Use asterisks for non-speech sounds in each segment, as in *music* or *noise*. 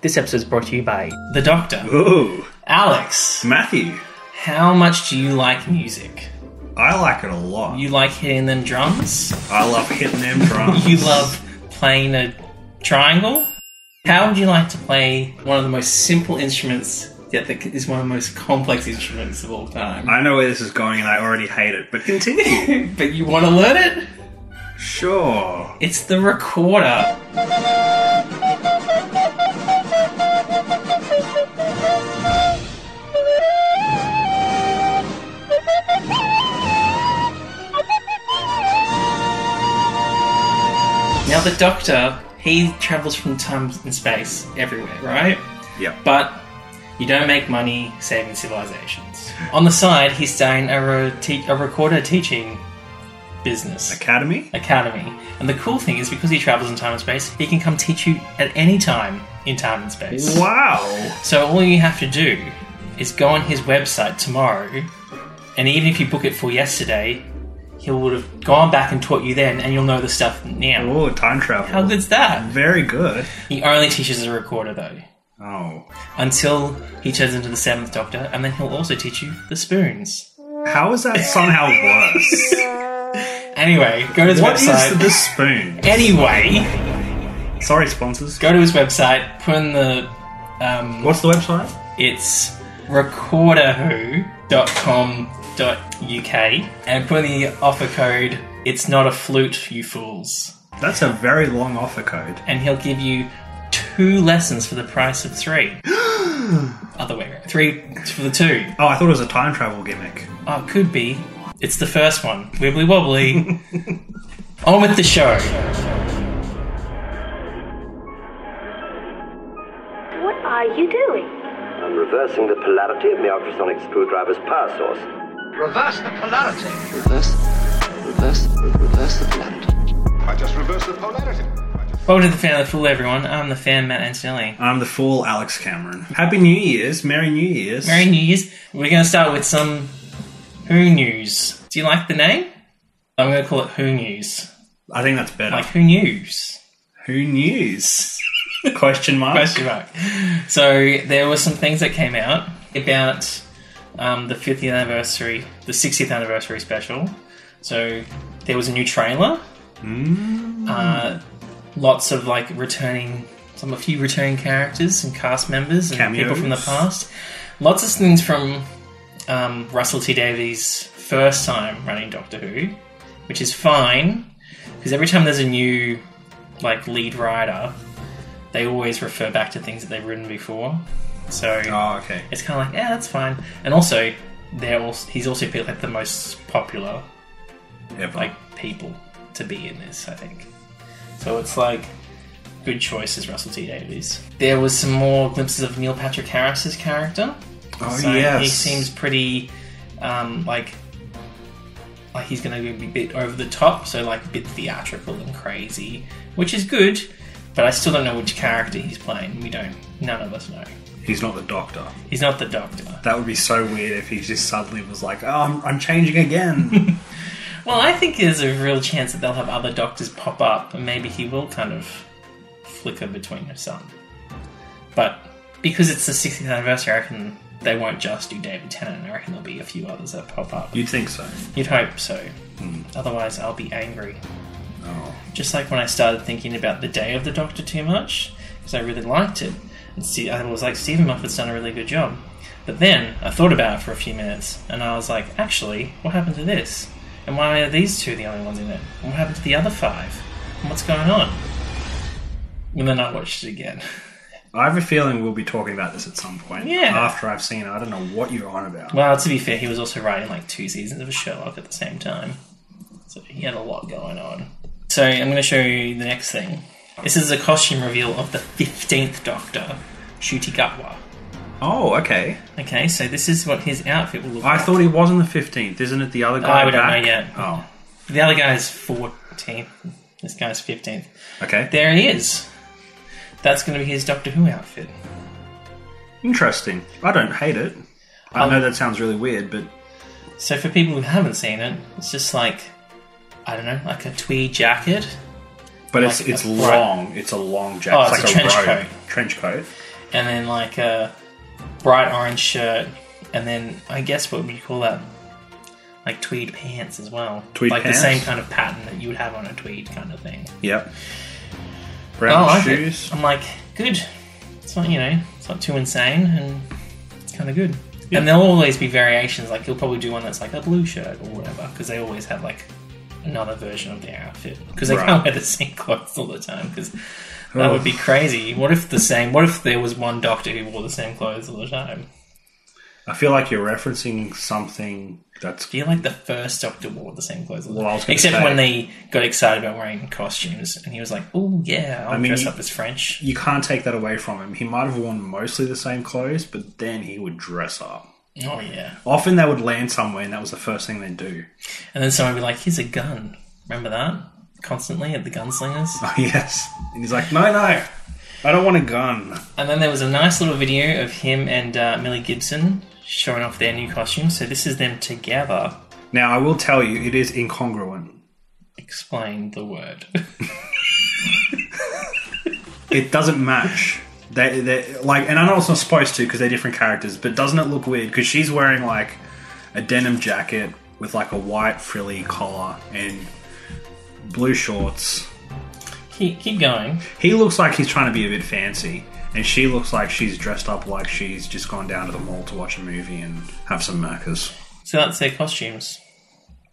This episode is brought to you by The Doctor. Ooh, Alex, Matthew, how much do you like music? I like it a lot. You like hitting them drums? I love hitting them *laughs* drums. You love playing a triangle? How would you like to play one of the most simple instruments, yet that is one of the most complex instruments of all *laughs* time? I know where this is going, and I already hate it. But continue. but you want to learn it? sure. It's the recorder. Now, the Doctor, he travels from time and space everywhere, right? Yep. But you don't make money saving civilizations. On the side, he's starting a, ro- te- a recorder teaching business. Academy. Academy. And the cool thing is, because he travels in time and space, he can come teach you at any time in time and space. Wow. So all you have to do is go on his website tomorrow, and even if you book it for yesterday, he would have gone back and taught you then, and you'll know the stuff now. Oh, time travel. How good's that? Very good. He only teaches as a recorder though, Oh, until he turns into the Seventh Doctor, and then he'll also teach you the spoons. how is that *laughs* somehow worse? Anyway, go to his what website. Eh. is the spoon? Anyway, Sorry, sponsors. go to his website, put in the um, What's the website? It's recorderwho.com.uk and put in the offer code It's Not a Flute, You Fools. That's a very long offer code. And he'll give you two lessons for the price of *gasps* three. Other way around. Three for the two. Oh, I thought it was a time travel gimmick. Oh, it could be. It's the first one. Wibbly wobbly. On with the show. What are you doing? I'm reversing the polarity of my ultrasonic screwdriver's power source. Reverse the polarity. reverse, reverse, reverse the polarity. I just reversed the polarity. I just- Welcome to the Fan of the Fool, everyone. I'm the fan, Matt Antonelli. I'm the fool, Alex Cameron. Happy New Year's. Merry New Year's. Merry New Year's. We're going to start with some Who News. Do you like the name? I'm going to call it Who News. I think that's better. Like Who News? Who news? Question mark. Question mark. So there were some things that came out about um, the 50th anniversary, the 60th anniversary special. So there was a new trailer. Uh, lots of like returning, some a few returning characters and cast members and people from the Cameos. past. Lots of things from um, Russell T Davies' first time running Doctor Who, which is fine because every time there's a new like lead writer, they always refer back to things that they've written before. So Oh, okay. it's kind of like, yeah, that's fine. And also, they're also, he's also picked like the most popular Ever. like people to be in this, I think. So it's like good choices, Russell T Davies. There was some more glimpses of Neil Patrick Harris's character. oh So yes. he seems pretty um, like like he's going to be a bit over the top, so like a bit theatrical and crazy, which is good. But I still don't know which character he's playing. We don't. None of us know. He's not the doctor. He's not the Doctor. That would be so weird if he just suddenly was like, "Oh, I'm, I'm changing *laughs* again." Well, I think there's a real chance that they'll have other Doctors pop up, and maybe he will kind of flicker between some. But because it's the 60th anniversary, I reckon they won't just do David Tennant. I reckon there'll be a few others that pop up. You'd think so. You'd hope so. Otherwise, I'll be angry. Oh. Just like when I started thinking about the Day of the Doctor too much, because I really liked it, and see, I was like, Stephen Moffat's done a really good job. But then I thought about it for a few minutes, and I was like, actually, what happened to this? And why are these two the only ones in it? And what happened to the other five? And what's going on? And then I watched it again. *laughs* I have a feeling we'll be talking about this at some point. Yeah. After I've seen it, I don't know what you're on about. Well, to be fair, he was also writing like two seasons of Sherlock at the same time. So he had a lot going on. So I'm going to show you the next thing. This is a costume reveal of the 15th Doctor, Shutigatwa. Oh, okay. Okay, so this is what his outfit will look I like. thought he was on the 15th. Isn't it the other I guy? don't know back? yet. Oh, The other guy is 14th. This guy's 15th. okay. There he is. That's going to be his Doctor Who outfit. Interesting. I don't hate it. I Um, know that sounds really weird, but So for people who haven't seen it, it's just like, I don't know, like a tweed jacket but it's like it's a- long. It's a long jacket. Oh, it's a trench robe. coat. Trench coat. and then like a bright orange shirt, and then I guess what would you call that? Like tweed pants as well. Tweed like pants? the same kind of pattern that you would have on a tweed kind of thing. Yep. I Brown like it. shoes. I'm like, good. It's not you know, it's not too insane, and it's kind of good. And there'll always be variations. Like you'll probably do one that's like a blue shirt or whatever, because they always have like another version of their outfit because they Right. can't wear the same clothes all the time. Because that would be crazy. What if the same? What if there was one doctor who wore the same clothes all the time? I feel like you're referencing something that's I feel like the first Doctor wore the same clothes all the Well, I time, was gonna except say- when they got excited about wearing costumes, and he was like, "Oh yeah, I'll mean, dress you- up as French." you can't take that away from him. He might have worn mostly the same clothes, but then he would dress up. Oh yeah. Often they would land somewhere, and that was the first thing they'd do. *laughs* And then someone would be like, here's a gun. Remember that? Constantly at the gunslingers. Oh, yes. And he's like, no, no, I don't want a gun. And then there was a nice little video of him and uh, Millie Gibson showing off their new costumes. So this is them together. Now, I will tell you, it is incongruent. Explain the word. *laughs* It doesn't match. They, they like, and I know it's not supposed to because they're different characters, but doesn't it look weird? Because she's wearing like a denim jacket with like a white frilly collar and blue shorts. keep, keep going. He looks like he's trying to be a bit fancy, and she looks like she's dressed up like she's just gone down to the mall to watch a movie and have some macas. So that's their costumes.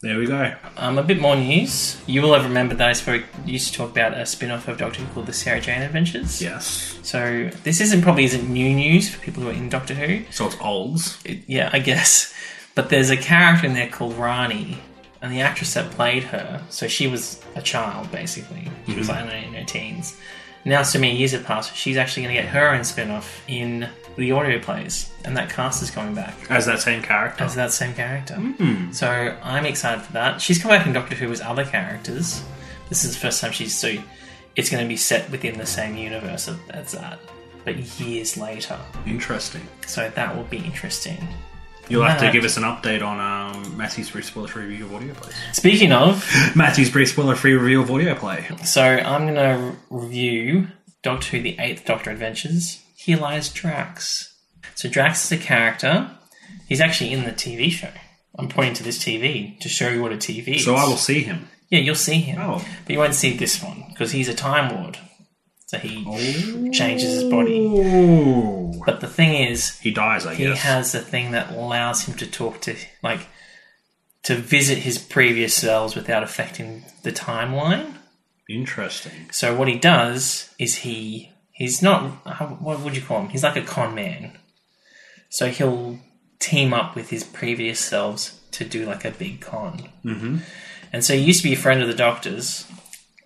There we go. Um, a bit more news. You will have remembered that I spoke used to talk about a spin-off of Doctor Who called the Sarah Jane Adventures. Yes. So this isn't probably isn't new news for people who are in Doctor Who. So it's olds. yeah, I guess. But there's a character in there called Rani, and the actress that played her, so she was a child basically. She was like in her teens. Now, so many years have passed, she's actually going to get her own spin off in the audio plays, and that cast is coming back As that same character. as that same character. So I'm excited for that. She's come back in Doctor Who as other characters. This is the first time she's so. It's going to be set within the same universe of- as that, but years later. Interesting. So that will be interesting. You'll have to Matt. give us an update on um, Matthew's brief spoiler free review of audio plays. Speaking of, Matthew's brief spoiler free review of audio play. So I'm going to review Doctor Who: The Eighth Doctor Adventures. Here lies Drax. So Drax is a character. He's actually in the TV show. I'm pointing to this TV to show you what a TV is. So I will see him. Yeah, you'll see him. Oh. But you won't see this one because he's a Time Lord. So he Oh. changes his body. Ooh. But the thing is, He dies, I he guess. has a thing that allows him to talk to, like, to visit his previous selves without affecting the timeline. Interesting. So what he does is he he's not how- what would you call him? He's like a con man. So he'll team up with his previous selves to do like a big con. Mm-hmm. And so he used to be a friend of the doctor's,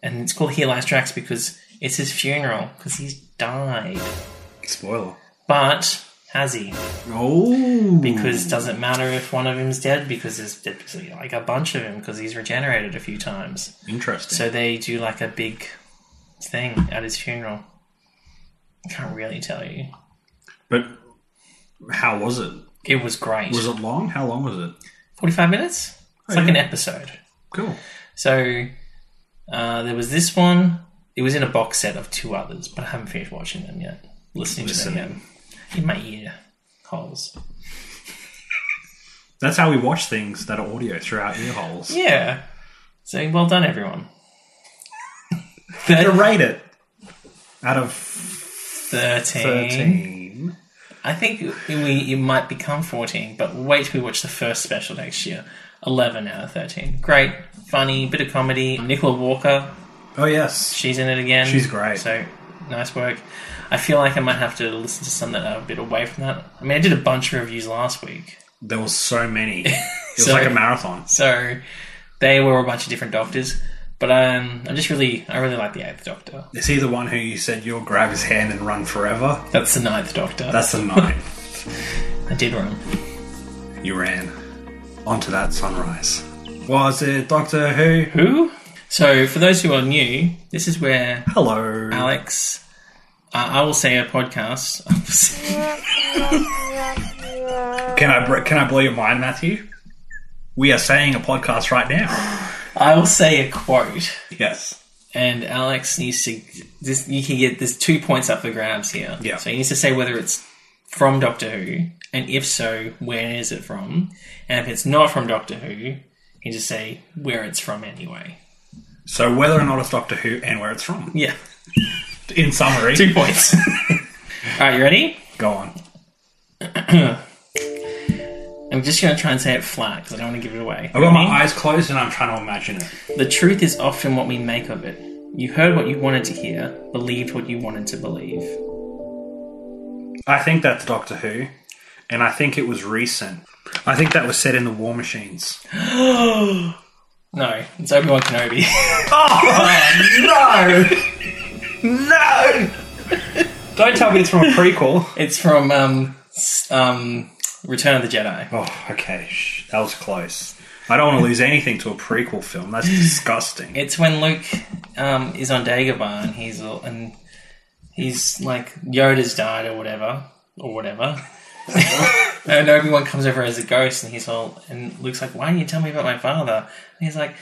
and it's called Here Lies Drax because it's his funeral because he's died. Spoiler. But has he? Oh. Because it doesn't matter if one of him's dead because there's there's, like a bunch of him because he's regenerated a few times. Interesting. So they do like a big thing at his funeral. I can't really tell you. but how was it? It was great. Was it long? How long was it? 45 minutes? It's like yeah. an episode. Cool. So uh, there was this one. It was in a box set of two others, but I haven't finished watching them yet. Listening to them Listening. yet. In my ear holes. That's how we watch things that are audio through our ear holes. Yeah. So well done, everyone. *laughs* To rate it out of 13. 13. I think we it might become 14, but wait till we watch the first special next year. 11 out of 13. Great, funny, bit of comedy. Nicola Walker, Oh, yes. she's in it again. She's great. So nice work. I feel like I might have to listen to some that are a bit away from that. I mean, I did a bunch of reviews last week, There was so *laughs* many. It was So- like a marathon. so they were a bunch of different doctors. But um, I'm just really, I really like the Eighth Doctor. Is he the one who you said you'll grab his hand and run forever? That's the Ninth Doctor. That's the nine. I did wrong. you ran onto that sunrise. Was it Doctor Who? Who? So for those who are new, this is where Hello. Alex. Uh, I will say a podcast. *laughs* Can I br- can I blow your mind, Matthew? We are saying a podcast right now. I will say a quote. Yes. and Alex needs to. This you can get. There's two points up for grabs here. Yeah. So he needs to say whether it's from Doctor Who, and if so, where is it from? And if it's not from Doctor Who, he can just say where it's from anyway. So whether or not it's Doctor Who and where it's from. Yeah. In summary, Two points. *laughs* All right, you ready? go on. I'm just going to try and say it flat because I don't want to give it away. I've got my eyes closed and I'm trying to imagine it. The truth is often what we make of it. You heard what you wanted to hear, believed what you wanted to believe. I think that's Doctor Who, and I think it was recent. I think that was said in the War Machines. No, it's Obi Wan Kenobi. *laughs* Oh, No, *laughs* no! Don't tell me it's from a prequel. it's from um, s- um, Return of the Jedi. Oh, okay, Shh, that was close. I don't want to lose anything to a prequel film. *gasps* That's disgusting. It's when Luke um, is on Dagobah and he's all- and he's like Yoda's died or whatever or whatever. *laughs* and Obi Wan comes over as a ghost and he's all and Luke's like, "Why didn't you tell me about my father?" And he's like,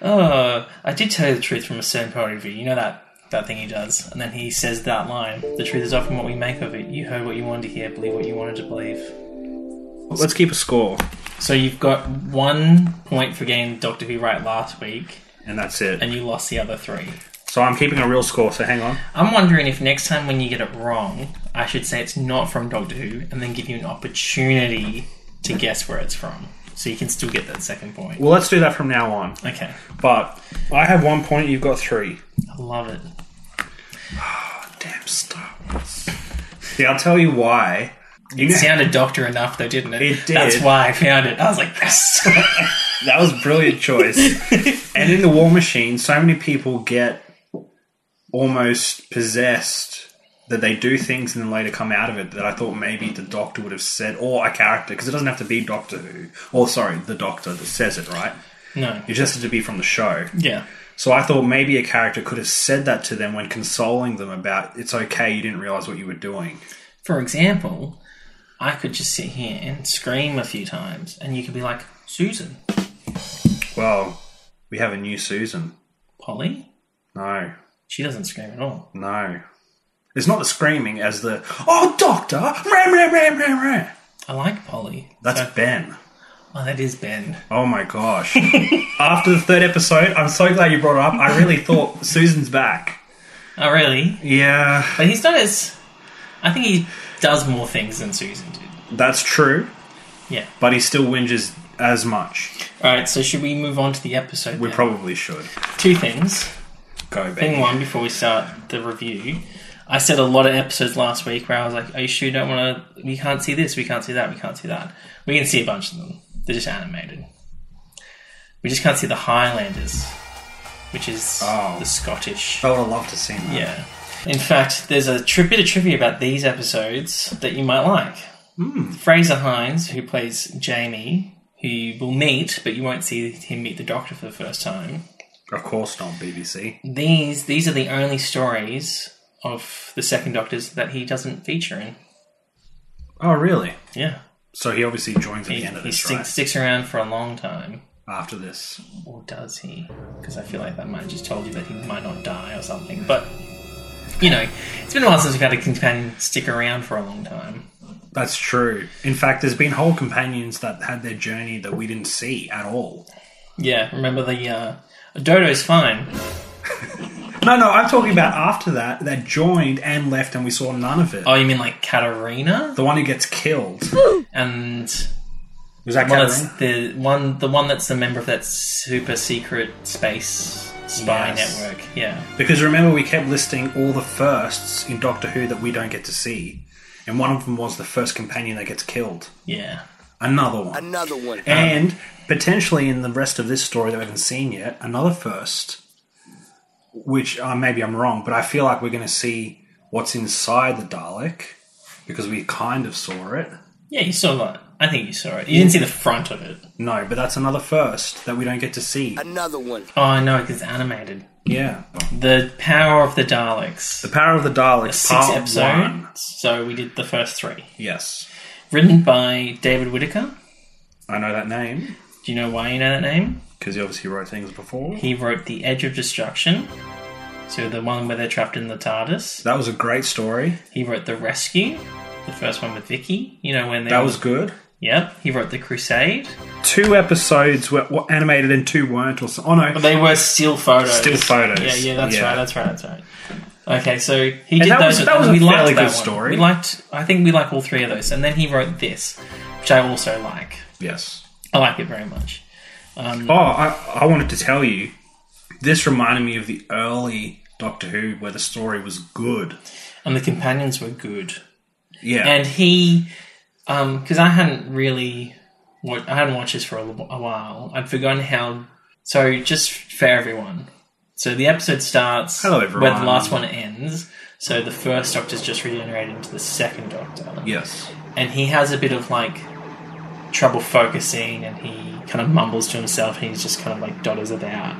"Oh, I did tell you the truth from a certain point of view. You know that." That thing he does, and then he says that line: "The truth is often what we make of it. You heard what you wanted to hear, believe what you wanted to believe." Let's keep a score, So you've got one point for getting Doctor Who right last week, and that's it. and you lost the other three. So I'm keeping a real score. So hang on. I'm wondering if next time when you get it wrong, I should say it's not from Doctor Who, and then give you an opportunity to guess where it's from, so you can still get that second point. Well, let's do that from now on. Okay, But I have one point. You've got three. I love it. Damn Star Wars. Yeah, I'll tell you why. You It know- sounded Doctor enough though, didn't it? It did. That's why I found it. I was like, yes. *laughs* that was a brilliant choice. and in the War Machine, so many people get almost possessed that they do things and then later come out of it that I thought maybe the Doctor would have said, or a character, because it doesn't have to be Doctor Who, or sorry, the Doctor that says it, right? no. It just has to be from the show. Yeah. So I thought maybe a character could have said that to them when consoling them about it's okay, you didn't realize what you were doing. For example, I could just sit here and scream a few times, and you could be like, Susan, Well, we have a new Susan. Polly. No, She doesn't scream at all. no. It's not the screaming as the, oh, Doctor! Ram, ram, ram, ram, ram! I like Polly. That's So- Ben. oh, that is Ben. Oh my gosh. *laughs* After the third episode, I'm so glad you brought it up. I really thought *laughs* Susan's back. Oh, really? Yeah, But he's not as. I think he does more things than Susan did. that's true, Yeah. but he still whinges as much. All right. So should we move on to the episode? We then? probably should. two things. Go, baby. Thing one before we start the review. I said a lot of episodes last week where I was like, "Are you sure you don't want to? We can't see this. We can't see that. We can't see that. We can see a bunch of them. They're just animated. We just can't see the Highlanders, which is Oh. the Scottish." I would have loved to see that. Yeah. In fact, there's a tri- bit of trivia about these episodes that you might like. Hmm. Fraser Hines, who plays Jamie, who you will meet, but you won't see him meet the Doctor for the first time. Of course not, BBC. These these are the only stories of the Second Doctors that he doesn't feature in. Oh, really? Yeah, So he obviously joins at he, the end of he this, sticks, right? sticks around for a long time, After this. or does he? Because I feel like that might have just told you that he might not die or something. But you know, it's been a while since we've had a companion stick around for a long time. That's true. In fact, there's been whole companions that had their journey that we didn't see at all. Yeah, remember the uh, Dodo's fine. No, no, I'm talking about after that, that joined and left and we saw none of it. Oh, you mean like Katarina? The one who *gasps* gets killed. And Was that one Katarina? that's the one, the one that's a member of that super secret space spy Yes. network. Yeah, Because remember, we kept listing all the firsts in Doctor Who that we don't get to see. And one of them was the first companion that gets killed. yeah. Another one. Another one. and potentially in the rest of this story that we haven't seen yet, another first, which uh, maybe I'm wrong, but I feel like we're going to see what's inside the Dalek because we kind of saw it. Yeah, you saw that. I think you saw it. You didn't see the front of it. No, but that's another first that we don't get to see. Another one. Oh, I know, because it's animated. Yeah. The power of the Daleks. The Power of the Daleks, Six part episodes. one. So we did the first three. Yes. Written by David Whittaker. I know that name Do you know why you know that name? because he obviously wrote things before. He wrote The Edge of Destruction, So the one where they're trapped in the TARDIS. That was a great story. He wrote The Rescue, the first one with Vicky. You know when they That was good. Yep. He wrote The Crusade. Two episodes were, were animated and two weren't. Or so. Oh no, But they were still photos. Still photos. Yeah, yeah, that's Yeah. right, that's right, that's right. Okay, so he did that those. was- that was we a liked fairly that good one. story. We liked. I think we like all three of those, and then he wrote this, which I also like. yes. I like it very much. Oh, I, I wanted to tell you. This reminded me of the early Doctor Who, where the story was good. And the companions were good. Yeah, And he, because I hadn't really, wa- I hadn't watched this for a, little- a while. I'd forgotten how. So just for everyone, so the episode starts Hello, everyone. where the last one ends. So the first Doctor's just regenerated into the second Doctor. yes, and he has a bit of like trouble focusing and he kind of mumbles to himself and he's just kind of like dotters it out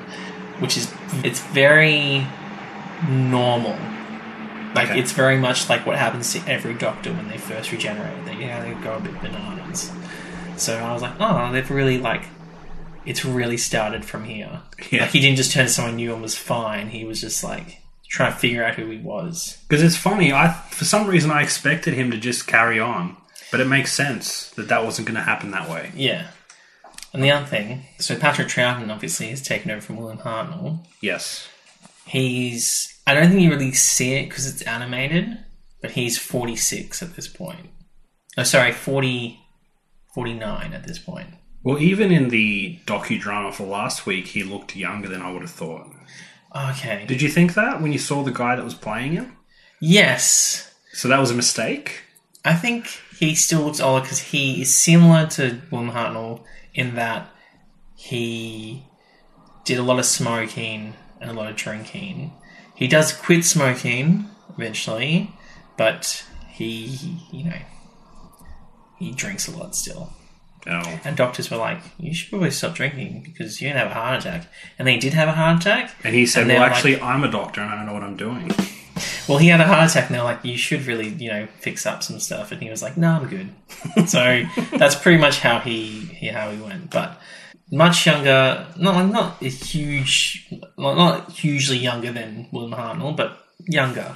which is it's very normal like Okay. it's very much like what happens to every doctor when they first regenerate they you know they go a bit bananas so i was like oh they've really like it's really started from here Yeah. like he didn't just turn to someone new and was fine he was just like trying to figure out who he was because it's funny. I for some reason I expected him to just carry on, but it makes sense that that wasn't going to happen that way. Yeah. And the other thing, so Patrick Troughton obviously has taken over from William Hartnell. Yes, He's, I don't think you really see it because it's animated, but he's 46 at this point. Oh, sorry, 40, 49 at this point. Well, even in the docudrama for last week, he looked younger than I would have thought. Okay. Did you think that when you saw the guy that was playing him? yes. So that was a mistake? I think he still looks older because he is similar to William Hartnell in that he did a lot of smoking and a lot of drinking. He does quit smoking eventually, but he, you know, he drinks a lot still. No. And doctors were like, "You should probably stop drinking because you're gonna have a heart attack." And then he did have a heart attack. And he said, And they're Well, like- actually, I'm a doctor and I don't know what I'm doing. Well, he had a heart attack, and they're like, "You should really, you know, fix up some stuff." And he was like, "No, I'm good." *laughs* so that's pretty much how he, he how he went. But much younger, not not a huge, not, not hugely younger than William Hartnell, but younger.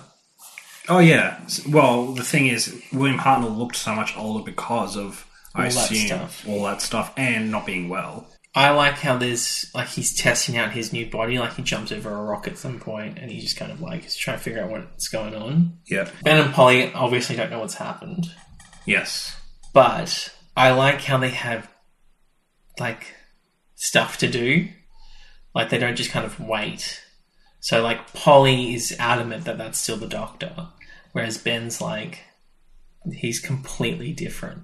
Oh, yeah. S- Well, the thing is, William Hartnell looked so much older because of, I All that assume, stuff. all that stuff and not being well. I like how there's like he's testing out his new body, like he jumps over a rock at some point, and he's just kind of like he's trying to figure out what's going on. Yep. Ben and Polly obviously don't know what's happened. Yes. but I like how they have like stuff to do. Like they don't just kind of wait. So like Polly is adamant that that's still the Doctor, whereas Ben's like he's completely different.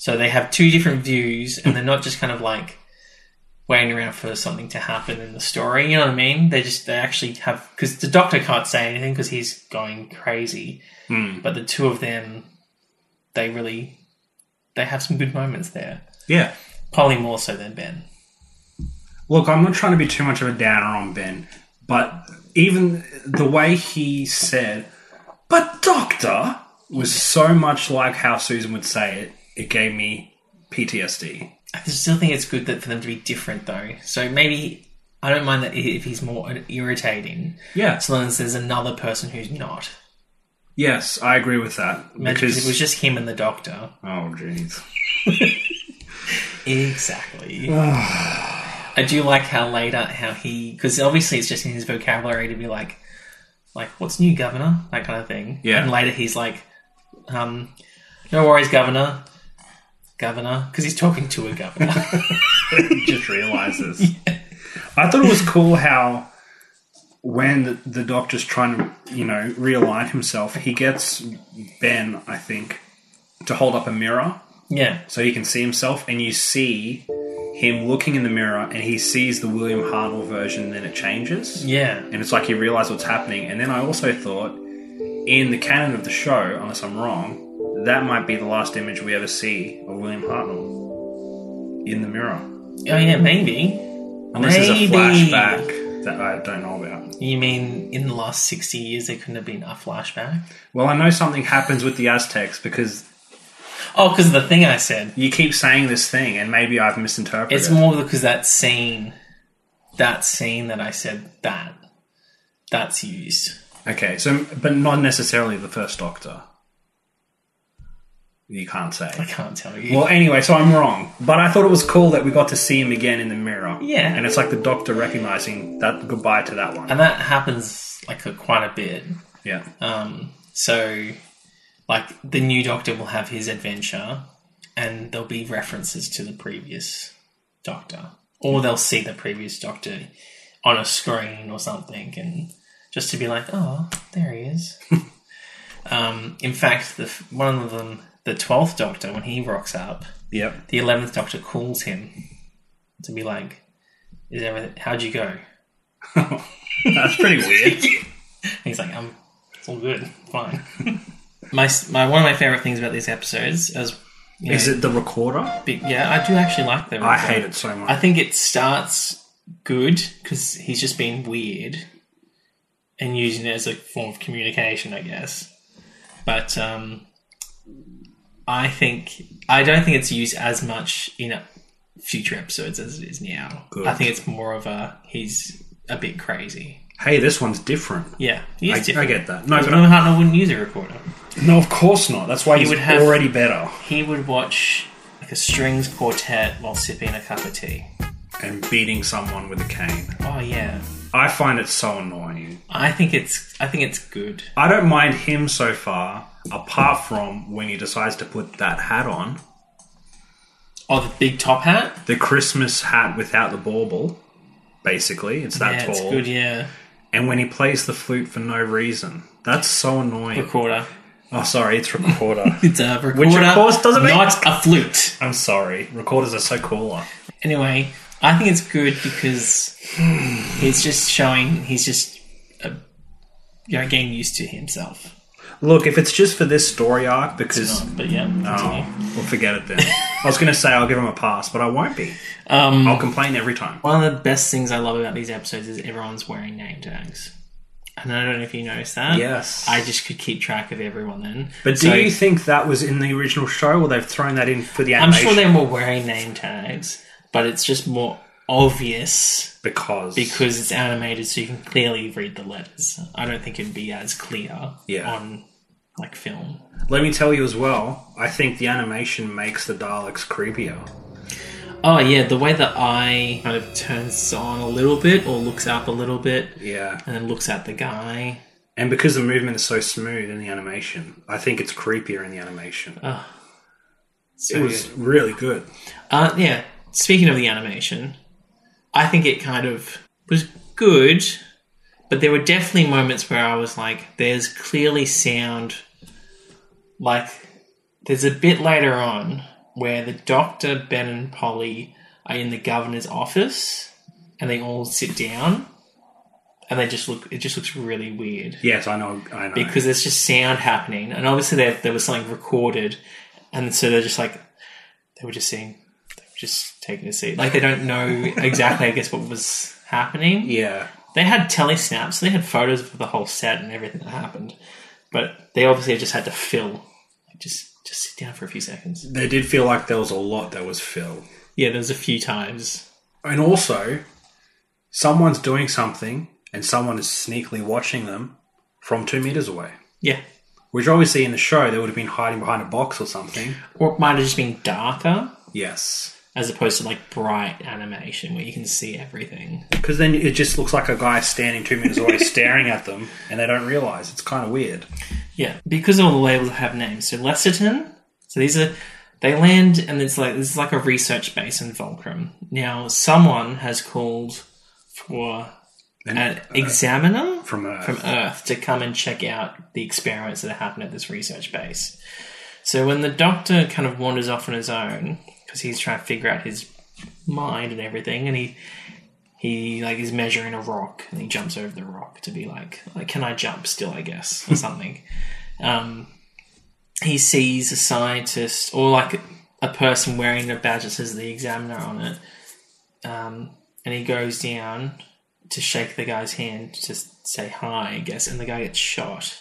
So they have two different views, and they're not just kind of like waiting around for something to happen in the story. You know what I mean? They just they actually have because the Doctor can't say anything because he's going crazy. But the two of them, they really they have some good moments there. Yeah. Probably more so than Ben. Look, I'm not trying to be too much of a downer on Ben, but even the way he said, but doctor, was so much like how Susan would say it, it gave me PTSD. I still think it's good that for them to be different though. So maybe I don't mind that i- if he's more irritating, Yeah. as long as there's another person who's not. Yes, I agree with that. Imagine Because if it was just him and the doctor. Oh jeez. *sighs* Exactly. I do like how later how he because obviously it's just in his vocabulary to be like, like what's new, governor, that kind of thing. Yeah. And later he's like, um, no worries, governor, governor, because he's talking to a governor. *laughs* He just *laughs* realizes. I thought it was cool how when the, the doctor's trying to, you know, realign himself, he gets Ben, I think, to hold up a mirror yeah. so he can see himself, and you see him looking in the mirror, and he sees the William Hartnell version, then it changes. Yeah. And it's like he realized what's happening. And then I also thought, in the canon of the show, unless I'm wrong, that might be the last image we ever see of William Hartnell in the mirror. Oh yeah, maybe. Unless there's a Maybe. flashback that I don't know about. You mean in the last sixty years there couldn't have been a flashback? Well, I know something happens with the Aztecs because Oh, because the thing I said. you keep saying this thing, and maybe I've misinterpreted. It's it. more because that scene, that scene that I said that. that's used. Okay, so but not necessarily the first Doctor. You can't say. I can't tell you. Well, anyway, so I'm wrong, but I thought it was cool that we got to see him again in the mirror. Yeah. Um, and it's like the Doctor recognizing that goodbye to that one. And that happens like a, quite a bit. Yeah, Um, so, like the new Doctor will have his adventure, and there'll be references to the previous Doctor, or they'll see the previous Doctor on a screen or something, and just to be like, "Oh, there he is." um, in fact, the f- one of them, the twelfth Doctor, when he rocks up, yep. the eleventh Doctor calls him to be like, "Is everything? How'd you go?" *laughs* That's pretty weird. He's like, I'm, it's all good, fine. *laughs* my, s- my one of my favorite things about these episodes is, you know, Is it the recorder? big- yeah, I do actually like them. I hate it so much. I think it starts good because he's just being weird and using it as a form of communication, I guess. But um, I think I don't think it's used as much in future episodes as it is now. Good. I think it's more of a he's a bit crazy. hey, this one's different. Yeah, he I, is I different. get that. No, but John Hartnell wouldn't use a recorder. no, of course not. That's why he's would have- already better He would watch like a strings quartet while sipping a cup of tea. and beating someone with a cane. Oh yeah, I find it so annoying. I think it's I think it's good. I don't mind him so far, apart from when he decides to put that hat on, Oh, the big top hat. the Christmas hat without the bauble. Basically, it's that yeah, tall. it's good. Yeah, And when he plays the flute for no reason, that's so annoying. recorder. oh, sorry, it's recorder. *laughs* It's a recorder, course doesn't make- not a flute. I'm sorry. Recorders are so cooler. Anyway, I think it's good because *sighs* he's just showing he's just uh you know getting used to himself. Look, if it's just for this story arc, because But yeah, continue. Oh, we'll forget it then. I was going to say I'll give him a pass, but I won't be. Um, I'll complain every time. One of the best things I love about these episodes is everyone's wearing name tags. And I don't know if you noticed that. Yes. I just could keep track of everyone then. But do So, you think that was in the original show, or they've thrown that in for the I'm animation? sure they were wearing name tags, but it's just more obvious because because it's animated so you can clearly read the letters. I don't think it'd be as clear Yeah. on like film. let me tell you as well. I think the animation makes the Daleks creepier. Oh yeah, the way the eye kind of turns on a little bit or looks up a little bit Yeah, and then looks at the guy. and because the movement is so smooth in the animation, I think it's creepier in the animation. So it was really good. Uh, yeah. Speaking of the animation, I think it kind of was good, but there were definitely moments where I was like, "There's clearly sound." Like, there's a bit later on where the doctor, Ben, and Polly are in the governor's office, and they all sit down, and they just look. It just looks really weird Yes, I know. I know. because there's just sound happening, and obviously there there was something recorded, and so they're just like they were just seeing, they were just taking a seat, like they don't know exactly, I guess, what was happening. yeah, They had telesnaps, they had photos of the whole set and everything that happened, but they obviously just had to fill, like just just sit down for a few seconds. they did feel like there was a lot that was filled. Yeah, there was a few times. And also, someone's doing something and someone is sneakily watching them from two meters away. Yeah, Which obviously in the show they would have been hiding behind a box or something. or it might have just been darker Yes. as opposed to like bright animation where you can see everything. Because then it just looks like a guy standing two meters away *laughs* staring at them and they don't realize. It's kind of weird. Yeah, because all the labels have names. So Lesserton. So these are they land, and it's like this is like a research base in Volcrum. Now someone has called for And an examiner from Earth. from Earth to come and check out the experiments that happen at this research base. So when the doctor kind of wanders off on his own because he's trying to figure out his mind and everything, and he he like is measuring a rock and he jumps over the rock to be like, like can I jump still? I guess or something. Um, he sees a scientist or like a person wearing a badge that says the examiner on it, um, and he goes down to shake the guy's hand to s- say hi, I guess, and the guy gets shot.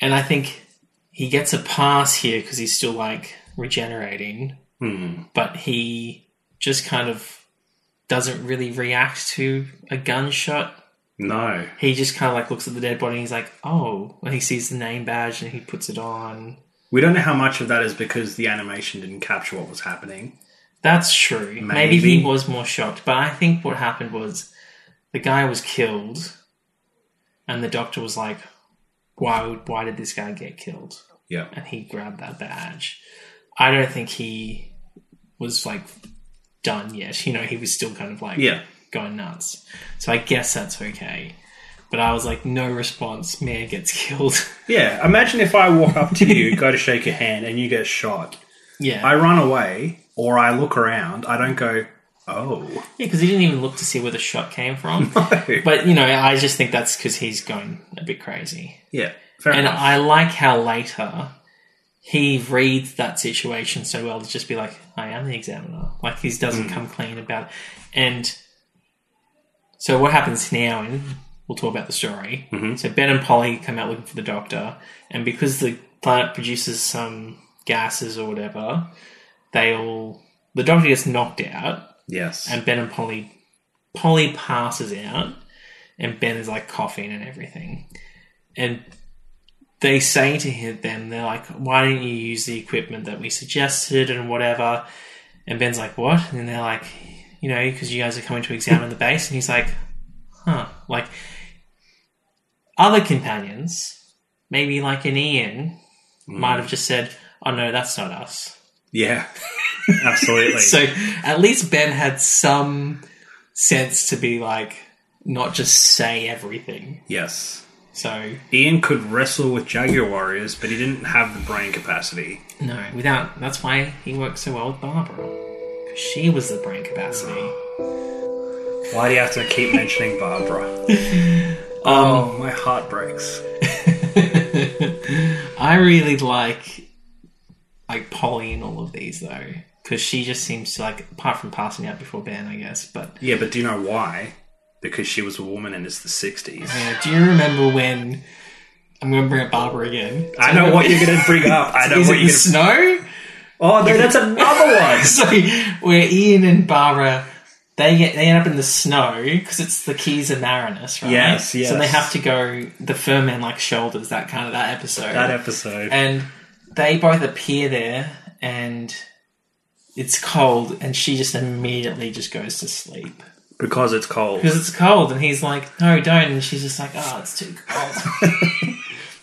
And I think he gets a pass here because he's still like regenerating, but he just kind of doesn't really react to a gunshot No. He just kind of like looks at the dead body and he's like, oh. And he sees the name badge and he puts it on. We don't know how much of that is because the animation didn't capture what was happening. That's true. Maybe. Maybe. he was more shocked, but I think what happened was the guy was killed, and the doctor was like, "Why? would- Why did this guy get killed?" Yeah. And he grabbed that badge. I don't think he was like done yet. You know, he was still kind of like Yeah. going nuts. So I guess that's okay. But I was like, no response. Man gets *laughs* killed. Yeah. Imagine if I walk up to you, go to shake your hand, and you get shot. yeah, I run away, or I look around. I don't go, oh. *laughs* because he didn't even look to see where the shot came from. but But you know, I just think that's because he's going a bit crazy. yeah, fair And enough. I like how later he reads that situation so well to just be like, I am the examiner. Like he Hmm. doesn't come clean about it. And so what happens now and we'll talk about the story. Mm-hmm. So Ben and Polly come out looking for the doctor, and because the planet produces some gases or whatever, they all the doctor gets knocked out yes. and Ben and Polly Polly passes out and Ben is like coughing and everything. And they say to him them, they're like, Why didn't you use the equipment that we suggested and whatever? And Ben's like, What? And they're like, you know, because you guys are coming to examine the base and he's like, Huh. Like other companions, maybe like an Ian, might have just said, Oh no, that's not us. yeah. *laughs* *laughs* Absolutely. So at least Ben had some sense to be like, not just say everything. yes. So Ian could wrestle with Jaguar Warriors, but he didn't have the brain capacity. no, without that's why he worked so well with Barbara. 'Cause She was the brain capacity. Why do you have to keep *laughs* mentioning Barbara? Um, Oh, my heart breaks. I really like like Polly in all of these though, because she just seems to like apart from passing out before Ben, I guess. But Yeah, but do you know why? Because she was a woman and it's the 60s. yeah, uh, do you remember when? I'm going to bring up Barbara again. I know what you're going to bring *laughs* up. I know Is what it the you're going to. snow? Oh, *laughs* no, that's another one. so where Ian and Barbara they get they end up in the snow because it's the keys of Marinus, right? Yes, So they yes. have to go the fur man like shoulders that kind of that episode, That episode. and they both appear there and. It's cold, and she just immediately just goes to sleep because it's cold. because it's cold. And he's like, "No, don't." And she's just like, "Oh, it's too cold."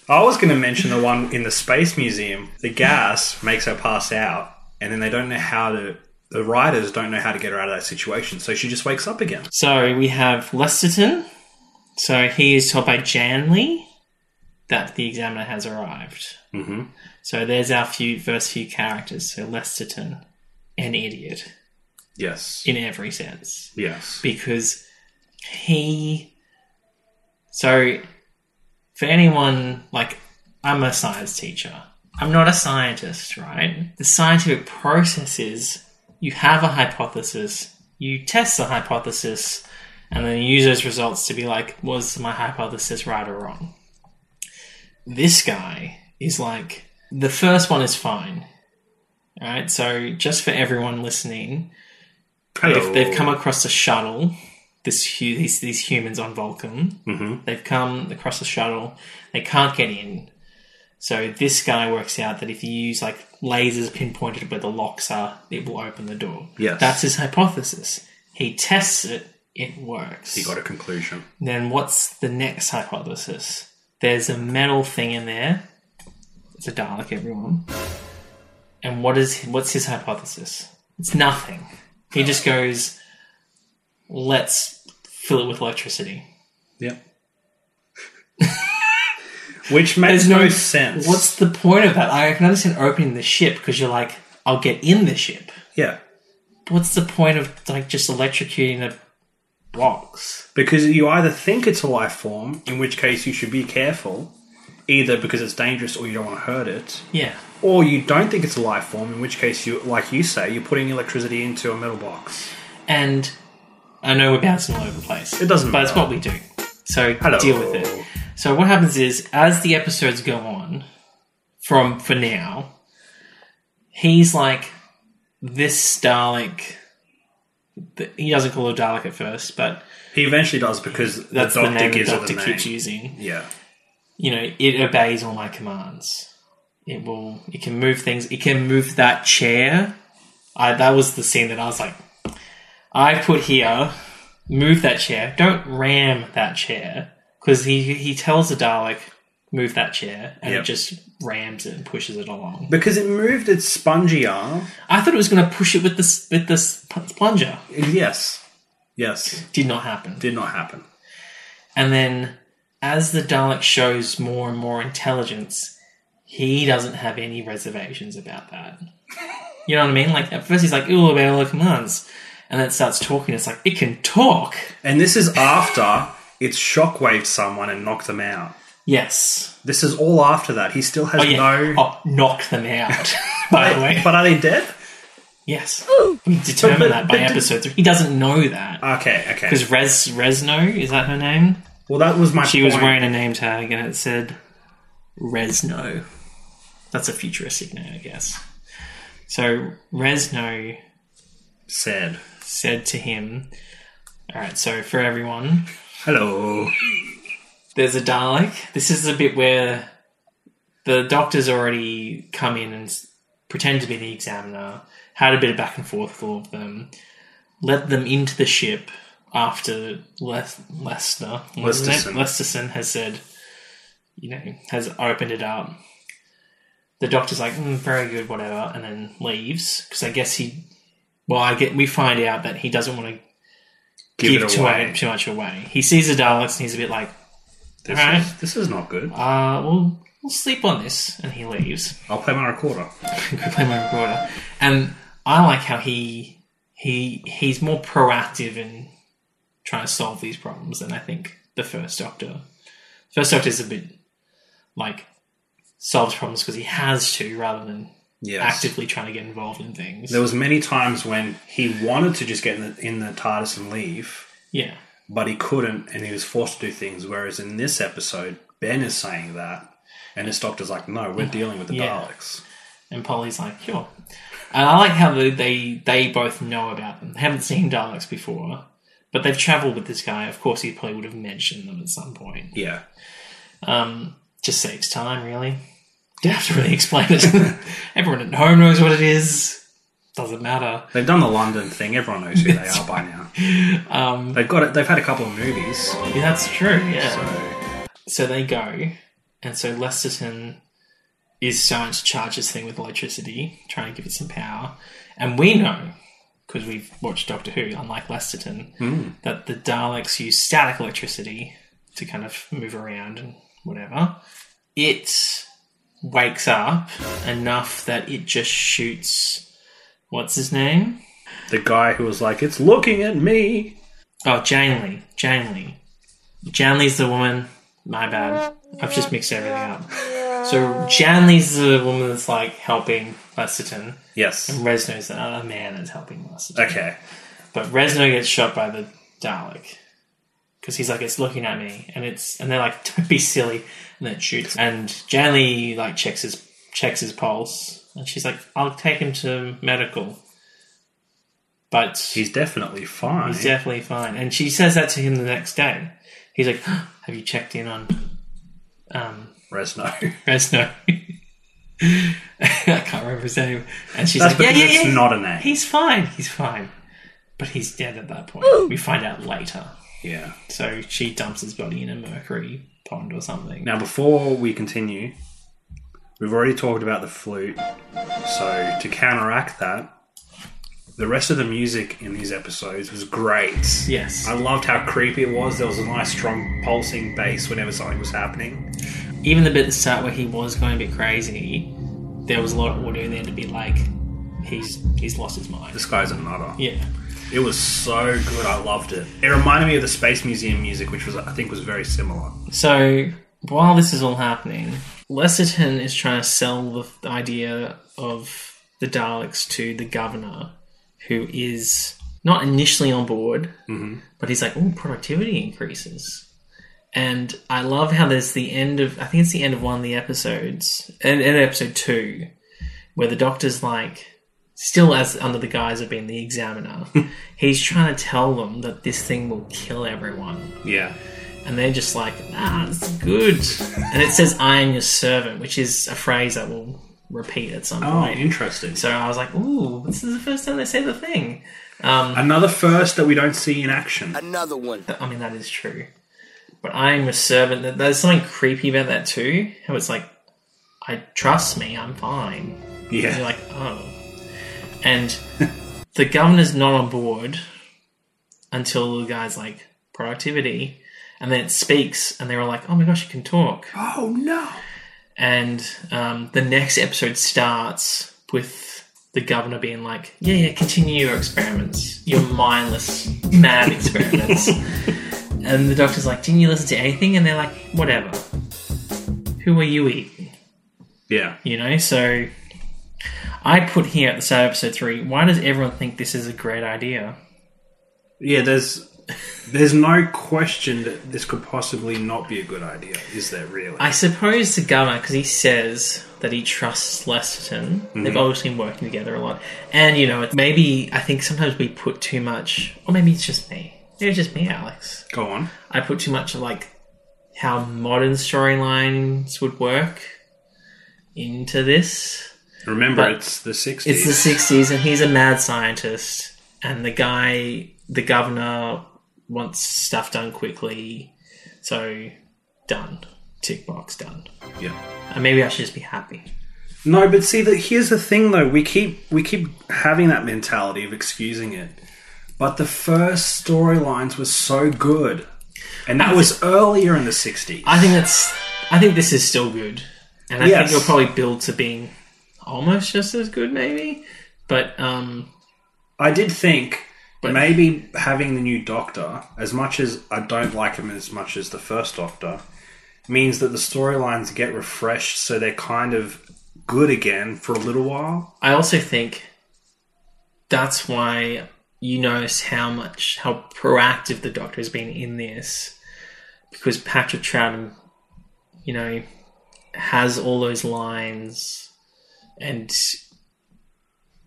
I was going to mention the one in the space museum. The gas makes her pass out, and then they don't know how to. The writers don't know how to get her out of that situation, so she just wakes up again. so we have Lesterton. So he is told by Janley that the examiner has arrived. Mm-hmm. So there's our few first few characters. So Lesterton, an idiot Yes. in every sense, Yes. because he. So, for anyone like, I'm a science teacher. I'm not a scientist, right? The scientific process is you have a hypothesis, you test the hypothesis, and then you use those results to be like, was my hypothesis right or wrong? This guy is like, the first one is fine. Right? So, just for everyone listening, They've, they've come across a shuttle. This hu- these, these humans on Vulcan. Mhm. They've come across a shuttle. They can't get in. So this guy works out that if you use like lasers pinpointed where the locks are, it will open the door. Yes. that's his hypothesis. He tests it. It works. He got a conclusion. Then what's the next hypothesis? There's a metal thing in there. It's a Dalek, everyone. And what is what's his hypothesis? It's nothing. He just goes, let's fill it with electricity. Yep. Which makes no, sense. What's the point of that? I can understand opening the ship because you're like, I'll get in the ship. yeah? But what's the point of like just electrocuting a box? Because you either think it's a life form, in which case you should be careful, either because it's dangerous or you don't want to hurt it, Yeah. or you don't think it's a life form, in which case you, like you say, you're putting electricity into a metal box. And I know we're bouncing all over the place. It doesn't but it's matter. what we do. So Hello. deal with it. So what happens is, as the episodes go on, from for now, he's like, this Dalek the, he doesn't call her Dalek at first, but He eventually does because that's the the, doctor name the gives doctor it the name. keeps using. Yeah. you know, it obeys all my commands. It will. It can move things. It can move that chair. I, that was the scene that I was like, I put here, move that chair. Don't ram that chair because he he tells the Dalek, move that chair, and Yep. it just rams it and pushes it along. Because it moved its spongy arm. I thought it was going to push it with this with this pl- plunger. Yes. Yes. Did not happen. Did not happen. And then, as the Dalek shows more and more intelligence, he doesn't have any reservations about that. You know what I mean? Like, at first he's like, ooh, obey all the commands. And then it starts talking. It's like, it can talk. And this is after it's shockwaved someone and knocked them out. Yes. This is all after that. He still has Oh, yeah. no. Oh, knock them *laughs* out, by the way. But are they dead? Yes. We determine But- Uh, that by but- episode three. He doesn't know that. Okay, okay. Because Res, Resno, is that her name? Well, that was my She point. was wearing a name tag and it said Resno. That's a futuristic name, I guess. So Resno Said. said to him, Alright, so for everyone, Hello. there's a Dalek. This is the bit where the doctor's already come in and s- pretend to be the examiner, had a bit of back and forth with all of them, let them into the ship after Les- Lester, wasn't it? Lesterson. Lesterson has said, you know, has opened it up. The doctor's like, mm, very good, whatever, and then leaves because I guess he. Well, I get we find out that he doesn't want to Give, give it too, away. mu- too much away. He sees the Daleks and he's a bit like, This, Alright. is, this is not good. uh, we'll, we'll sleep on this. And he leaves. *laughs* I'll play my recorder. Go play my recorder. And I like how he he he's more proactive in trying to solve these problems than I think the first Doctor. First Doctor is a bit like solves problems because he has to rather than Yes. actively trying to get involved in things. There was many times when he wanted to just get in the, in the TARDIS and leave, yeah. but he couldn't, and he was forced to do things. Whereas in this episode, Ben is saying that, and his doctor's like, "No, we're dealing with the Yeah. Daleks." And Polly's like, sure. And I like how they, they they both know about them. They haven't seen Daleks before, but they've travelled with this guy. Of course, he probably would have mentioned them at some point. Yeah, Um, just saves time, really. Don't have to really explain it. *laughs* Everyone at home knows what it is. Doesn't matter. they've done the London thing. Everyone knows *laughs* who they are by now. Um, They've got it. They've had a couple of movies. yeah, that's true. Yeah. So So they go, and so Lesterton is starting to charge this thing with electricity, trying to give it some power. And we know, because we've watched Doctor Who, unlike Lesterton, that the Daleks use static electricity to kind of move around and whatever. It wakes up enough that it just shoots. What's his name? the guy who was like, "It's looking at me." Oh, Janely. Janely. Janley's the woman. My bad. I've just mixed everything up. So Janley's the woman that's like helping Lesterton. Yes. Resno's the other man that's helping Lesterton. Okay. But Resno gets shot by the Dalek. Because he's like, it's looking at me, and it's and they're like, *laughs* don't be silly, and then it shoots. And Janley like checks his checks his pulse, and she's like, I'll take him to medical. But He's definitely fine. He's definitely fine. And she says that to him the next day. He's like, *gasps* Have you checked in on um, Resno. Resno? *laughs* I can't remember his name. And she's That's like, Yeah, because yeah, it's yeah. not a name. he's fine. He's fine. But he's dead at that point. We find out later. *laughs* yeah. So she dumps his body in a mercury pond or something. Now, before we continue, we've already talked about the flute. So, to counteract that, the rest of the music in these episodes was great. Yes. I loved how creepy it was. There was a nice, strong, pulsing bass whenever something was happening. Even the bit at the start where he was going a bit crazy, there was a lot of audio in there to be like, He's he's lost his mind. This guy's a nutter. Yeah. It was so good. I loved it. It reminded me of the Space Museum music, which was, I think, was very similar. So while this is all happening, Lesterton is trying to sell the idea of the Daleks to the governor, who is not initially on board, but he's like, "Oh, productivity increases." And I love how there's the end of I think it's the end of one of the episodes, and, and episode two, where the doctor's like, still as under the guise of being the examiner, he's trying to tell them that this thing will kill everyone. Yeah. And they're just like, nah, it's good. and it says, I am your servant, which is a phrase that will repeat at some Oh, point. interesting. So I was like, ooh, this is the first time they say the thing. Another first that we don't see in action. Another one. I mean, that is true. But I am a servant. There- There's something creepy about that too. How it's like, I trust me, I'm fine. And you're Yeah. like, oh. And the governor's not on board until the guy's like, productivity. And then it speaks, and they're all like, oh my gosh, you can talk. Oh no. And um, the next episode starts with the governor being like, yeah, yeah, continue your experiments, your mindless, mad experiments. and the doctor's like, didn't you listen to anything? And they're like, whatever. Who are you eating? Yeah. You know, so I put here at the start of episode three, why does everyone think this is a great idea? Yeah. There's there's no question that this could possibly not be a good idea, is there? Really? I suppose the governor, because he says that he trusts Lesterton, they've obviously been working together a lot. And, you know, it- maybe I think sometimes we put too much, or maybe it's just me. Maybe it's just me, Alex. Go on. I put too much of like how modern storylines would work into this. Remember, But- it's the '60s. It's the sixties, and he's a mad scientist. And the guy, the governor, wants stuff done quickly. So, done. Tick box done. yeah. And maybe I should just be happy. No, but see that here's the thing though, we keep we keep having that mentality of excusing it. But the first storylines were so good. And that was earlier in the 60s. I think that's. I think this is still good, and I Yes. think it'll probably build to being almost just as good, maybe. But um, I did think But- maybe having the new Doctor, as much as I don't like him as much as the first Doctor, means that the storylines get refreshed so they're kind of good again for a little while. I also think that's why you notice how much how proactive the Doctor has been in this, because Patrick Troughton, you know, has all those lines and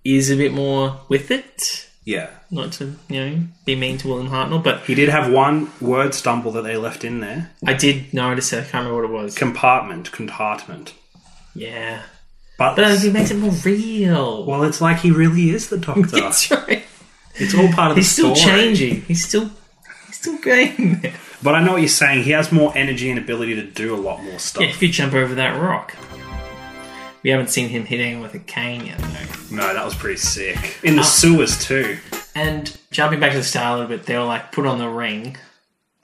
is a bit more with it. Yeah. Not to you know be mean to William Hartnell, but He did have one word stumble that they left in there. I did notice it. I can't remember what it was. Compartment, compartment. Yeah. But, But he makes it more real. *laughs* Well, it's like he really is the Doctor. That's right. it's all part of the He's still story. changing. He's still he's still *laughs* going there. But I know what you're saying. He has more energy and ability to do a lot more stuff. Yeah, if you jump over that rock. We haven't seen him hit anyone with a cane yet, though. No, that was pretty sick. In the Ah. sewers too. And jumping back to the start a little bit, they were like, put on the ring.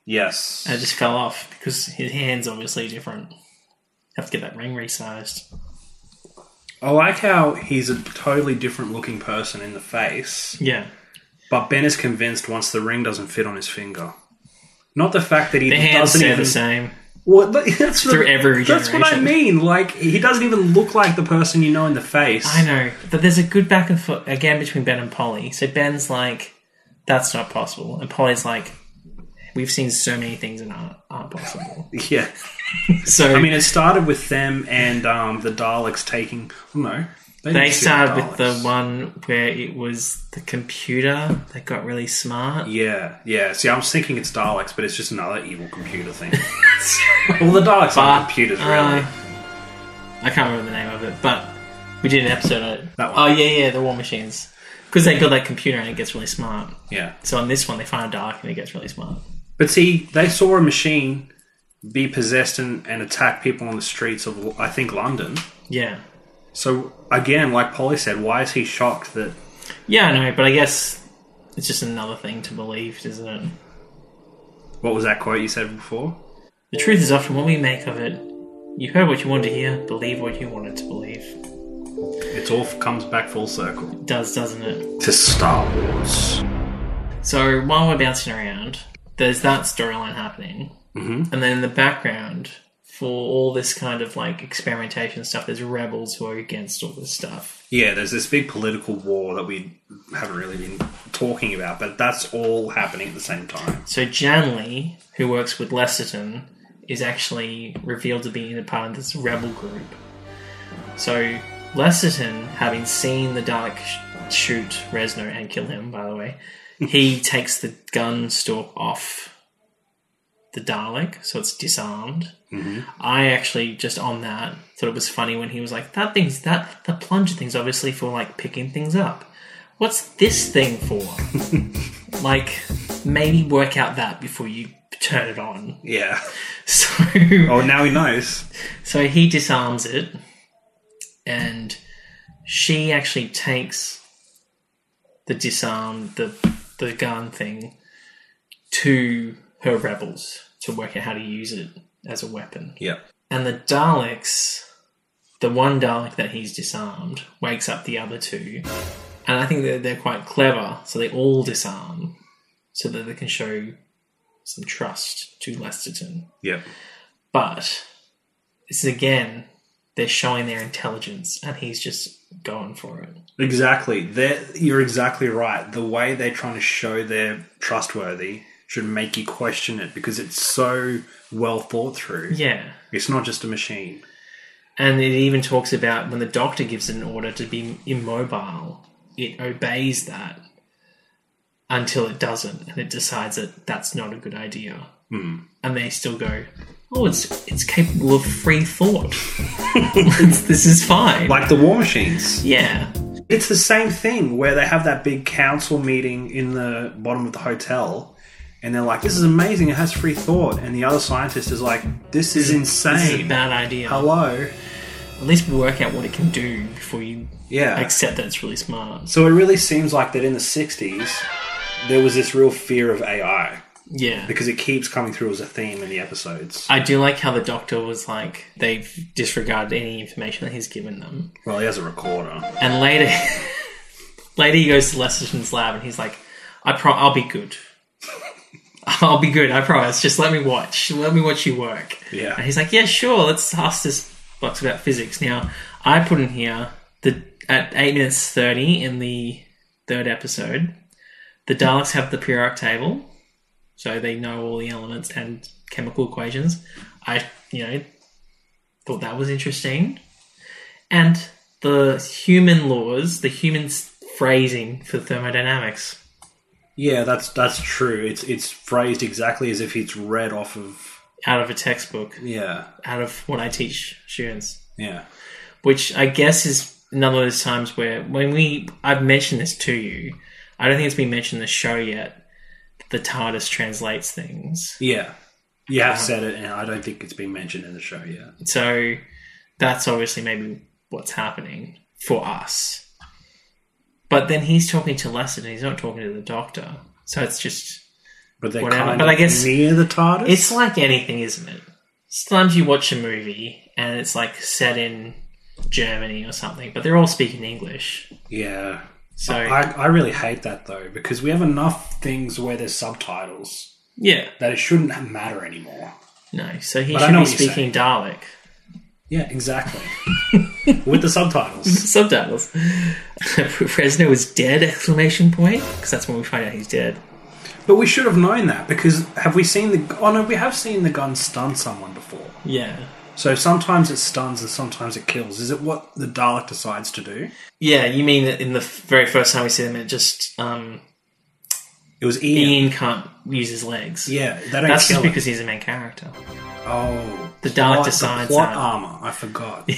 Yes. And it just fell off because his hand's obviously different. Have to get that ring resized. I like how he's a totally different looking person in the face, Yeah. but Ben is convinced once the ring doesn't fit on his finger. Not the fact that he The hands doesn't stay even the same. What, but *laughs* that's Through what, every That's what I generation. mean. Like he doesn't even look like the person you know in the face. I know, but there's a good back and forth again between Ben and Polly. So Ben's like, "That's not possible," and Polly's like, "We've seen so many things that aren't, aren't *laughs* possible." Yeah. So I mean, it started with them and um, the Daleks taking. oh, No, didn't they shoot started with the Daleks. one where it was the computer that got really smart. Yeah, yeah. See, I was thinking it's Daleks, but it's just another evil *laughs* computer thing. well, the Daleks But, aren't computers, uh, really. I can't remember the name of it, but we did an episode. On it. That Oh one. yeah, yeah, the War Machines, because they build that computer and it gets really smart. yeah. So on this one, they find a dark and it gets really smart. But see, they saw a machine be possessed and, and attack people on the streets of, I think, London. Yeah. So, again, like Polly said, why is he shocked that. Yeah, I know, but I guess it's just another thing to believe, isn't it? What was that quote you said before? The truth is often what we make of it. You heard what you wanted to hear, believe what you wanted to believe. It all comes back full circle. It does, doesn't it? To Star Wars. So while we're bouncing around, there's that storyline happening. Mm-hmm. And then in the background, for all this kind of like experimentation stuff, there's rebels who are against all this stuff. Yeah, there's this big political war that we haven't really been talking about, but that's all happening at the same time. So Janley, who works with Lesterton, is actually revealed to be in a part of this rebel group. So Lesterton, having seen the Dalek sh- shoot Resno and kill him, by the way, he takes the gun stalk off the Dalek, so it's disarmed. I actually just on that thought it was funny when he was like, "That thing's that the plunger thing's obviously for like picking things up. What's this thing for? like, maybe work out that before you turn it on." *laughs* Yeah. So, Oh, now he knows. so he disarms it, and she actually takes the disarm the the gun thing to her rebels to work out how to use it as a weapon. Yeah. And the Daleks, the one Dalek that he's disarmed, wakes up the other two. And I think that they're quite clever, so they all disarm so that they can show some trust to Lesterton. Yeah. But this is again, they're showing their intelligence, and he's just going for it. Exactly. They're, you're exactly right. The way they're trying to show they're trustworthy should make you question it because it's so well thought through. Yeah. It's not just a machine. And it even talks about when the doctor gives an order to be immobile, it obeys that until it doesn't, and it decides that that's not a good idea. Hmm. And they still go, "Oh, it's it's capable of free *laughs* thought. this is fine." Like the war machines. yeah, It's the same thing where they have that big council meeting in the bottom of the hotel and they're like, this is amazing. It has free thought. And the other scientist is like, this this is is a insane. bad idea. Hello. At least work out what it can do before you Yeah. accept that it's really smart. So it really seems like that in the 60s, there was this real fear of AI Yeah. because it keeps coming through as a theme in the episodes. I do like how the doctor was like they've disregarded any information that he's given them. Well, he has a recorder. And later, *laughs* later he goes to Lesterton's lab and he's like, "I pro, I'll be good. *laughs* I'll be good. I promise. Just let me watch. Let me watch you work." Yeah. And he's like, "Yeah, sure. Let's ask this box about physics." Now, I put in here the at eight minutes thirty in the third episode, the Daleks have the periodic table, so they know all the elements and chemical equations. I, you know, thought that was interesting and the human laws, the human s- phrasing for thermodynamics. Yeah, that's that's true. It's it's phrased exactly as if it's read off of Out of a textbook, yeah out of what I teach students, yeah which I guess is another one of those times where when we, I've mentioned this to you, I don't think it's been mentioned in the show yet. The TARDIS translates things, yeah. You have said it, and I don't think it's been mentioned in the show yet. so that's obviously maybe what's happening for us. But then he's talking to Lester, and he's not talking to the Doctor, so it's just But they're Whatever. kind But I of guess- near the TARDIS. It's like anything, isn't it? Sometimes you watch a movie and it's like set in Germany or something, but they're all speaking English. yeah. So I, I really hate that though because we have enough things where there's subtitles yeah, that it shouldn't matter anymore. no. So he But I should know be what you're speaking Dalek Yeah, *laughs* exactly. With the subtitles. subtitles. *laughs* Fresno is dead! Exclamation point because that's when we find out he's dead. But we should have known that because have we seen the? Oh no, we have seen the gun stun someone before. Yeah, So sometimes it stuns and sometimes it kills. Is it what the Dalek decides to do? yeah. You mean that in the very first time we see them, it just um, It was Ian. Ian can't use his legs. Yeah, they don't That's kill just him. because he's the main character. oh The Dalek plot- decides the plot that. armor. *laughs* I forgot.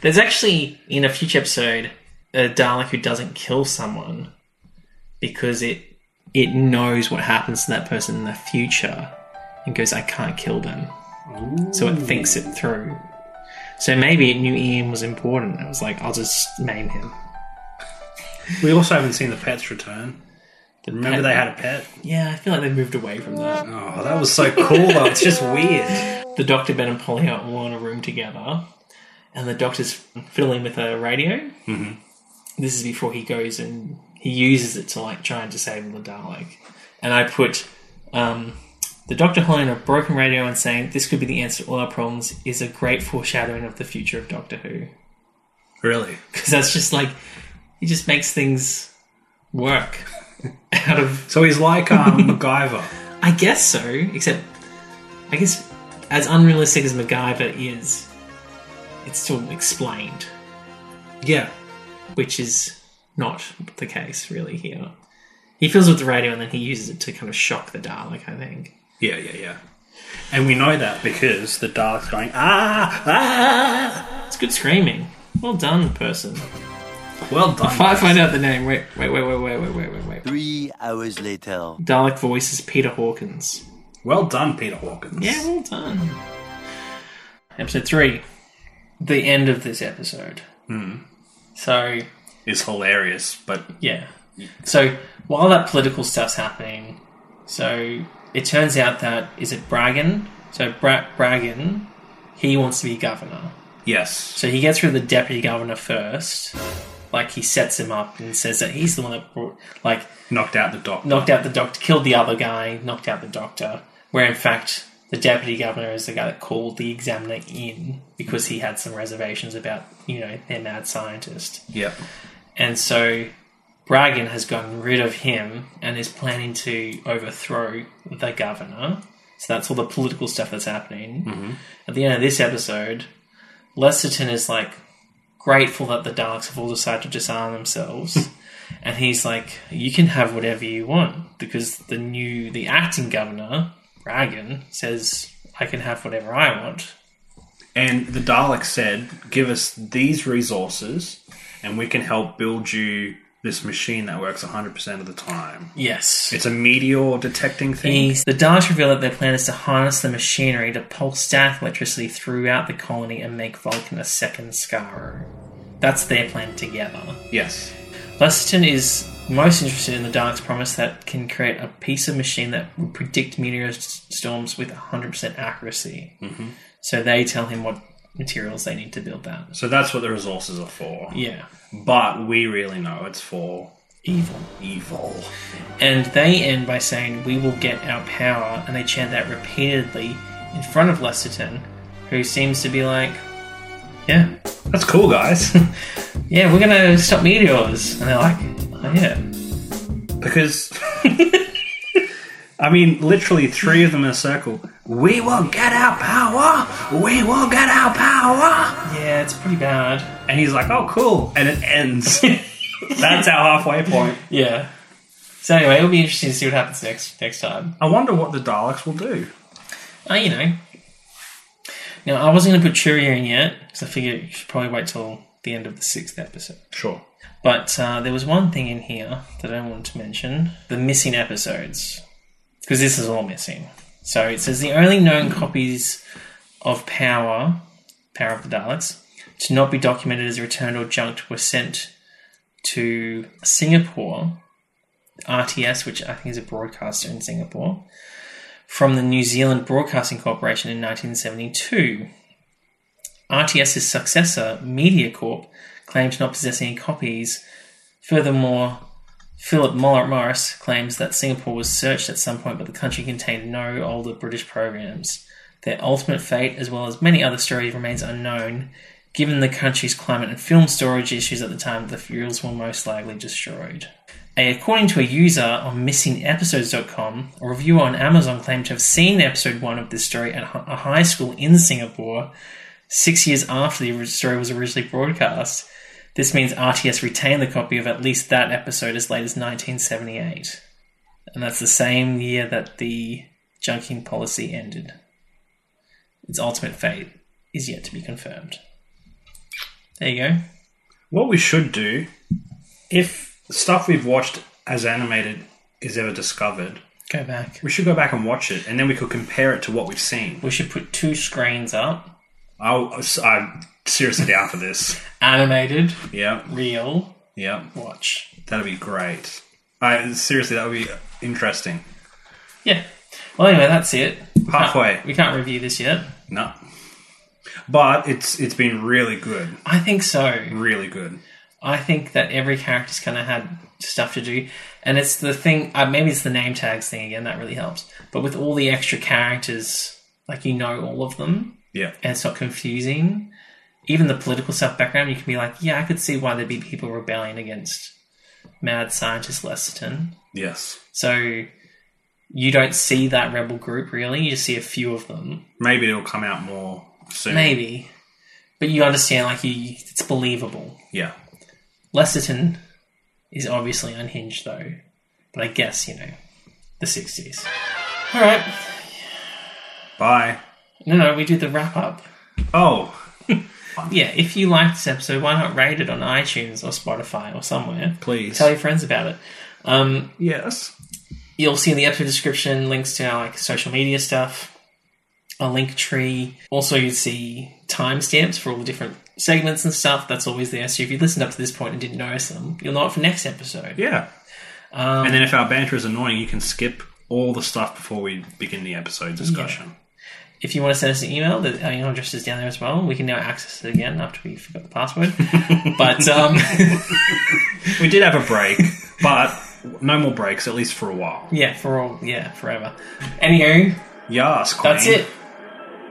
There's actually in a future episode a Dalek who doesn't kill someone because it it knows what happens to that person in the future and goes, I can't kill them. So it thinks it through. So maybe it knew Ian was important. It was like, I'll just maim him. we also haven't seen the pets return. The Remember pet- they had a pet? Yeah, I feel like they moved away from that. Oh, that was so cool though. It's just weird. The Doctor, Ben, and Polly are all in a room together, and the Doctor's fiddling with a radio. Mm-hmm. This is before he goes and he uses it to like try and disable the Dalek. And I put um, the Doctor holding a broken radio and saying, "This could be the answer to all our problems." Is a great foreshadowing of the future of Doctor Who *laughs* Really? because that's just like he just makes things work *laughs* out of So he's like um, *laughs* MacGyver. I guess so, except I guess as unrealistic as MacGyver is, it's still explained, Yeah. which is not the case really here. He fills with the radio and then he uses it to kind of shock the Dalek, I think. Yeah, yeah, yeah. And we know that because the Dalek's going, ah, ah. It's good screaming. Well done, person. ah." Well done. If I find out the name, wait, wait, wait, wait, wait, wait, wait, wait, wait. Three hours later. Dalek voice is Peter Hawkins. Well done, Peter Hawkins. Yeah, well done. Episode three, the end of this episode. Hmm. So It's hilarious, but yeah, so while that political stuff's happening, so it turns out that is it Bragan? So Bra- Bragan, he wants to be governor. yes. So he gets rid of the deputy governor first. Like he sets him up and says that he's the one that brought, like Knocked out the dock. knocked out the doctor, killed the other guy, knocked out the doctor. Where in fact, the deputy governor is the guy that called the examiner in because he had some reservations about, you know, their mad scientist. Yep. And so Bragan has gotten rid of him and is planning to overthrow the governor. So that's all the political stuff that's happening. At the end of this episode, Lesterton is like grateful that the Daleks have all decided to disarm themselves. and he's like, You can have whatever you want because the new, the acting governor, Bragan, says, I can have whatever I want. And the Dalek said, "Give us these resources, and we can help build you this machine that works 100 percent of the time. Yes. It's a meteor detecting thing. He's- the Daleks reveal that their plan is to harness the machinery to pulse static electricity throughout the colony and make Vulcan a second Skaro. That's their plan together. Yes, Lesterton is most interested in the Daleks' promise that can create a piece of machine that will predict meteor s- storms with 100% accuracy. Mm-hmm. So they tell him what materials they need to build that. so that's what the resources are for. Yeah, But we really know it's for evil. evil. And they end by saying, We will get our power. And they chant that repeatedly in front of Lesterton, who seems to be like, Yeah, That's cool, guys, *laughs* yeah, we're going to stop meteors. And they're like, Oh, yeah. because." *laughs* I mean, literally three of them in a circle. We will get our power! We will get our power! Yeah, it's pretty bad. And he's like, oh, cool. And it ends. That's our halfway point. Yeah. So, anyway, it'll be interesting to see what happens next next time. I wonder what the Daleks will do. Oh, you know. Now, I wasn't going to put Cheerio in yet, because I figured you should probably wait till the end of the sixth episode. Sure. But uh, there was one thing in here that I wanted to mention the missing episodes. Because this is all missing. So it says the only known copies of Power, Power of the Daleks, to not be documented as returned or junked were sent to Singapore, RTS, which I think is a broadcaster in Singapore, from the New Zealand Broadcasting Corporation in 1972. RTS's successor, MediaCorp, claims not possessing any copies. Furthermore, Philip Moller Morris claims that Singapore was searched at some point, but the country contained no older British programs. Their ultimate fate, as well as many other stories, remains unknown, given the country's climate and film storage issues at the time the fields were most likely destroyed. A- According to a user on missingepisodes.com, a reviewer on Amazon claimed to have seen episode 1 of this story at hi- a high school in Singapore six years after the story was originally broadcast. This means RTS retained the copy of at least that episode as late as 1978. And that's the same year that the junking policy ended. Its ultimate fate is yet to be confirmed. There you go. What we should do, if stuff we've watched as animated is ever discovered, Go back. we should go back and watch it, and then we could compare it to what we've seen. We should put two screens up I'll, I'm seriously down for this. animated, Yeah, real, yeah, watch. that'd be great. I seriously, that would be interesting. Yeah. Well, anyway, that's it. We can't- *laughs* Halfway. We can't review this yet. No, but it's it's been really good, I think so. really good. I think that every character's kind of had stuff to do, and it's the thing. Uh, maybe it's the name tags thing again that really helps. But with all the extra characters, like you know all of them, Yeah, and it's not confusing. Even the political stuff background, you can be like, yeah, I could see why there'd be people rebelling against Mad Scientist Lesterton. yes. So you don't see that rebel group really; you just see a few of them, Maybe it'll come out more soon. maybe. But you understand, like, you, it's believable. Yeah. Lesterton is obviously unhinged though. But I guess, you know, the 60s. Alright. Bye. No, no, we do the wrap up. Oh, Yeah, if you liked this episode, why not rate it on iTunes or Spotify or somewhere? Please. Tell your friends about it. Um, yes. you'll see in the episode description links to our like social media stuff, a link tree. Also, you'd see timestamps for all the different segments and stuff. That's always there. So if you listened up to this point and didn't notice them, you'll know it for next episode. Yeah. Um, and then if our banter is annoying, you can skip all the stuff before we begin the episode discussion. If you want to send us an email, the our email address is down there as well. We can now access it again after we forgot the password. but um, *laughs* We did have a break, *laughs* but no more breaks, at least for a while. yeah, for all yeah, forever. Anywho, Yes, Queen. that's it.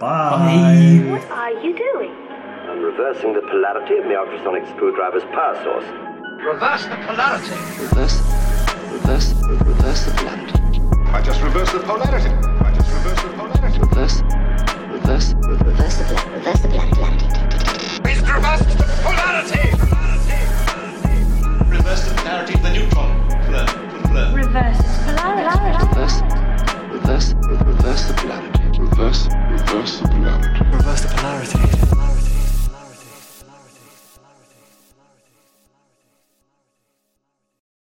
Bye. What are you doing? I'm reversing the polarity of my ultrasonic screwdriver's power source. Reverse the polarity. Reverse, reverse, reverse the polarity. I just reverse the polarity. I just reverse the polarity. Reverse, reverse, reverse the polarity. Reverse the polarity. He's reversed the polarity. Reverse the polarity of the neutron. Blur, blur. Reverses polarity. Reverse, reverse, reverse the polarity. Reverse, reverse the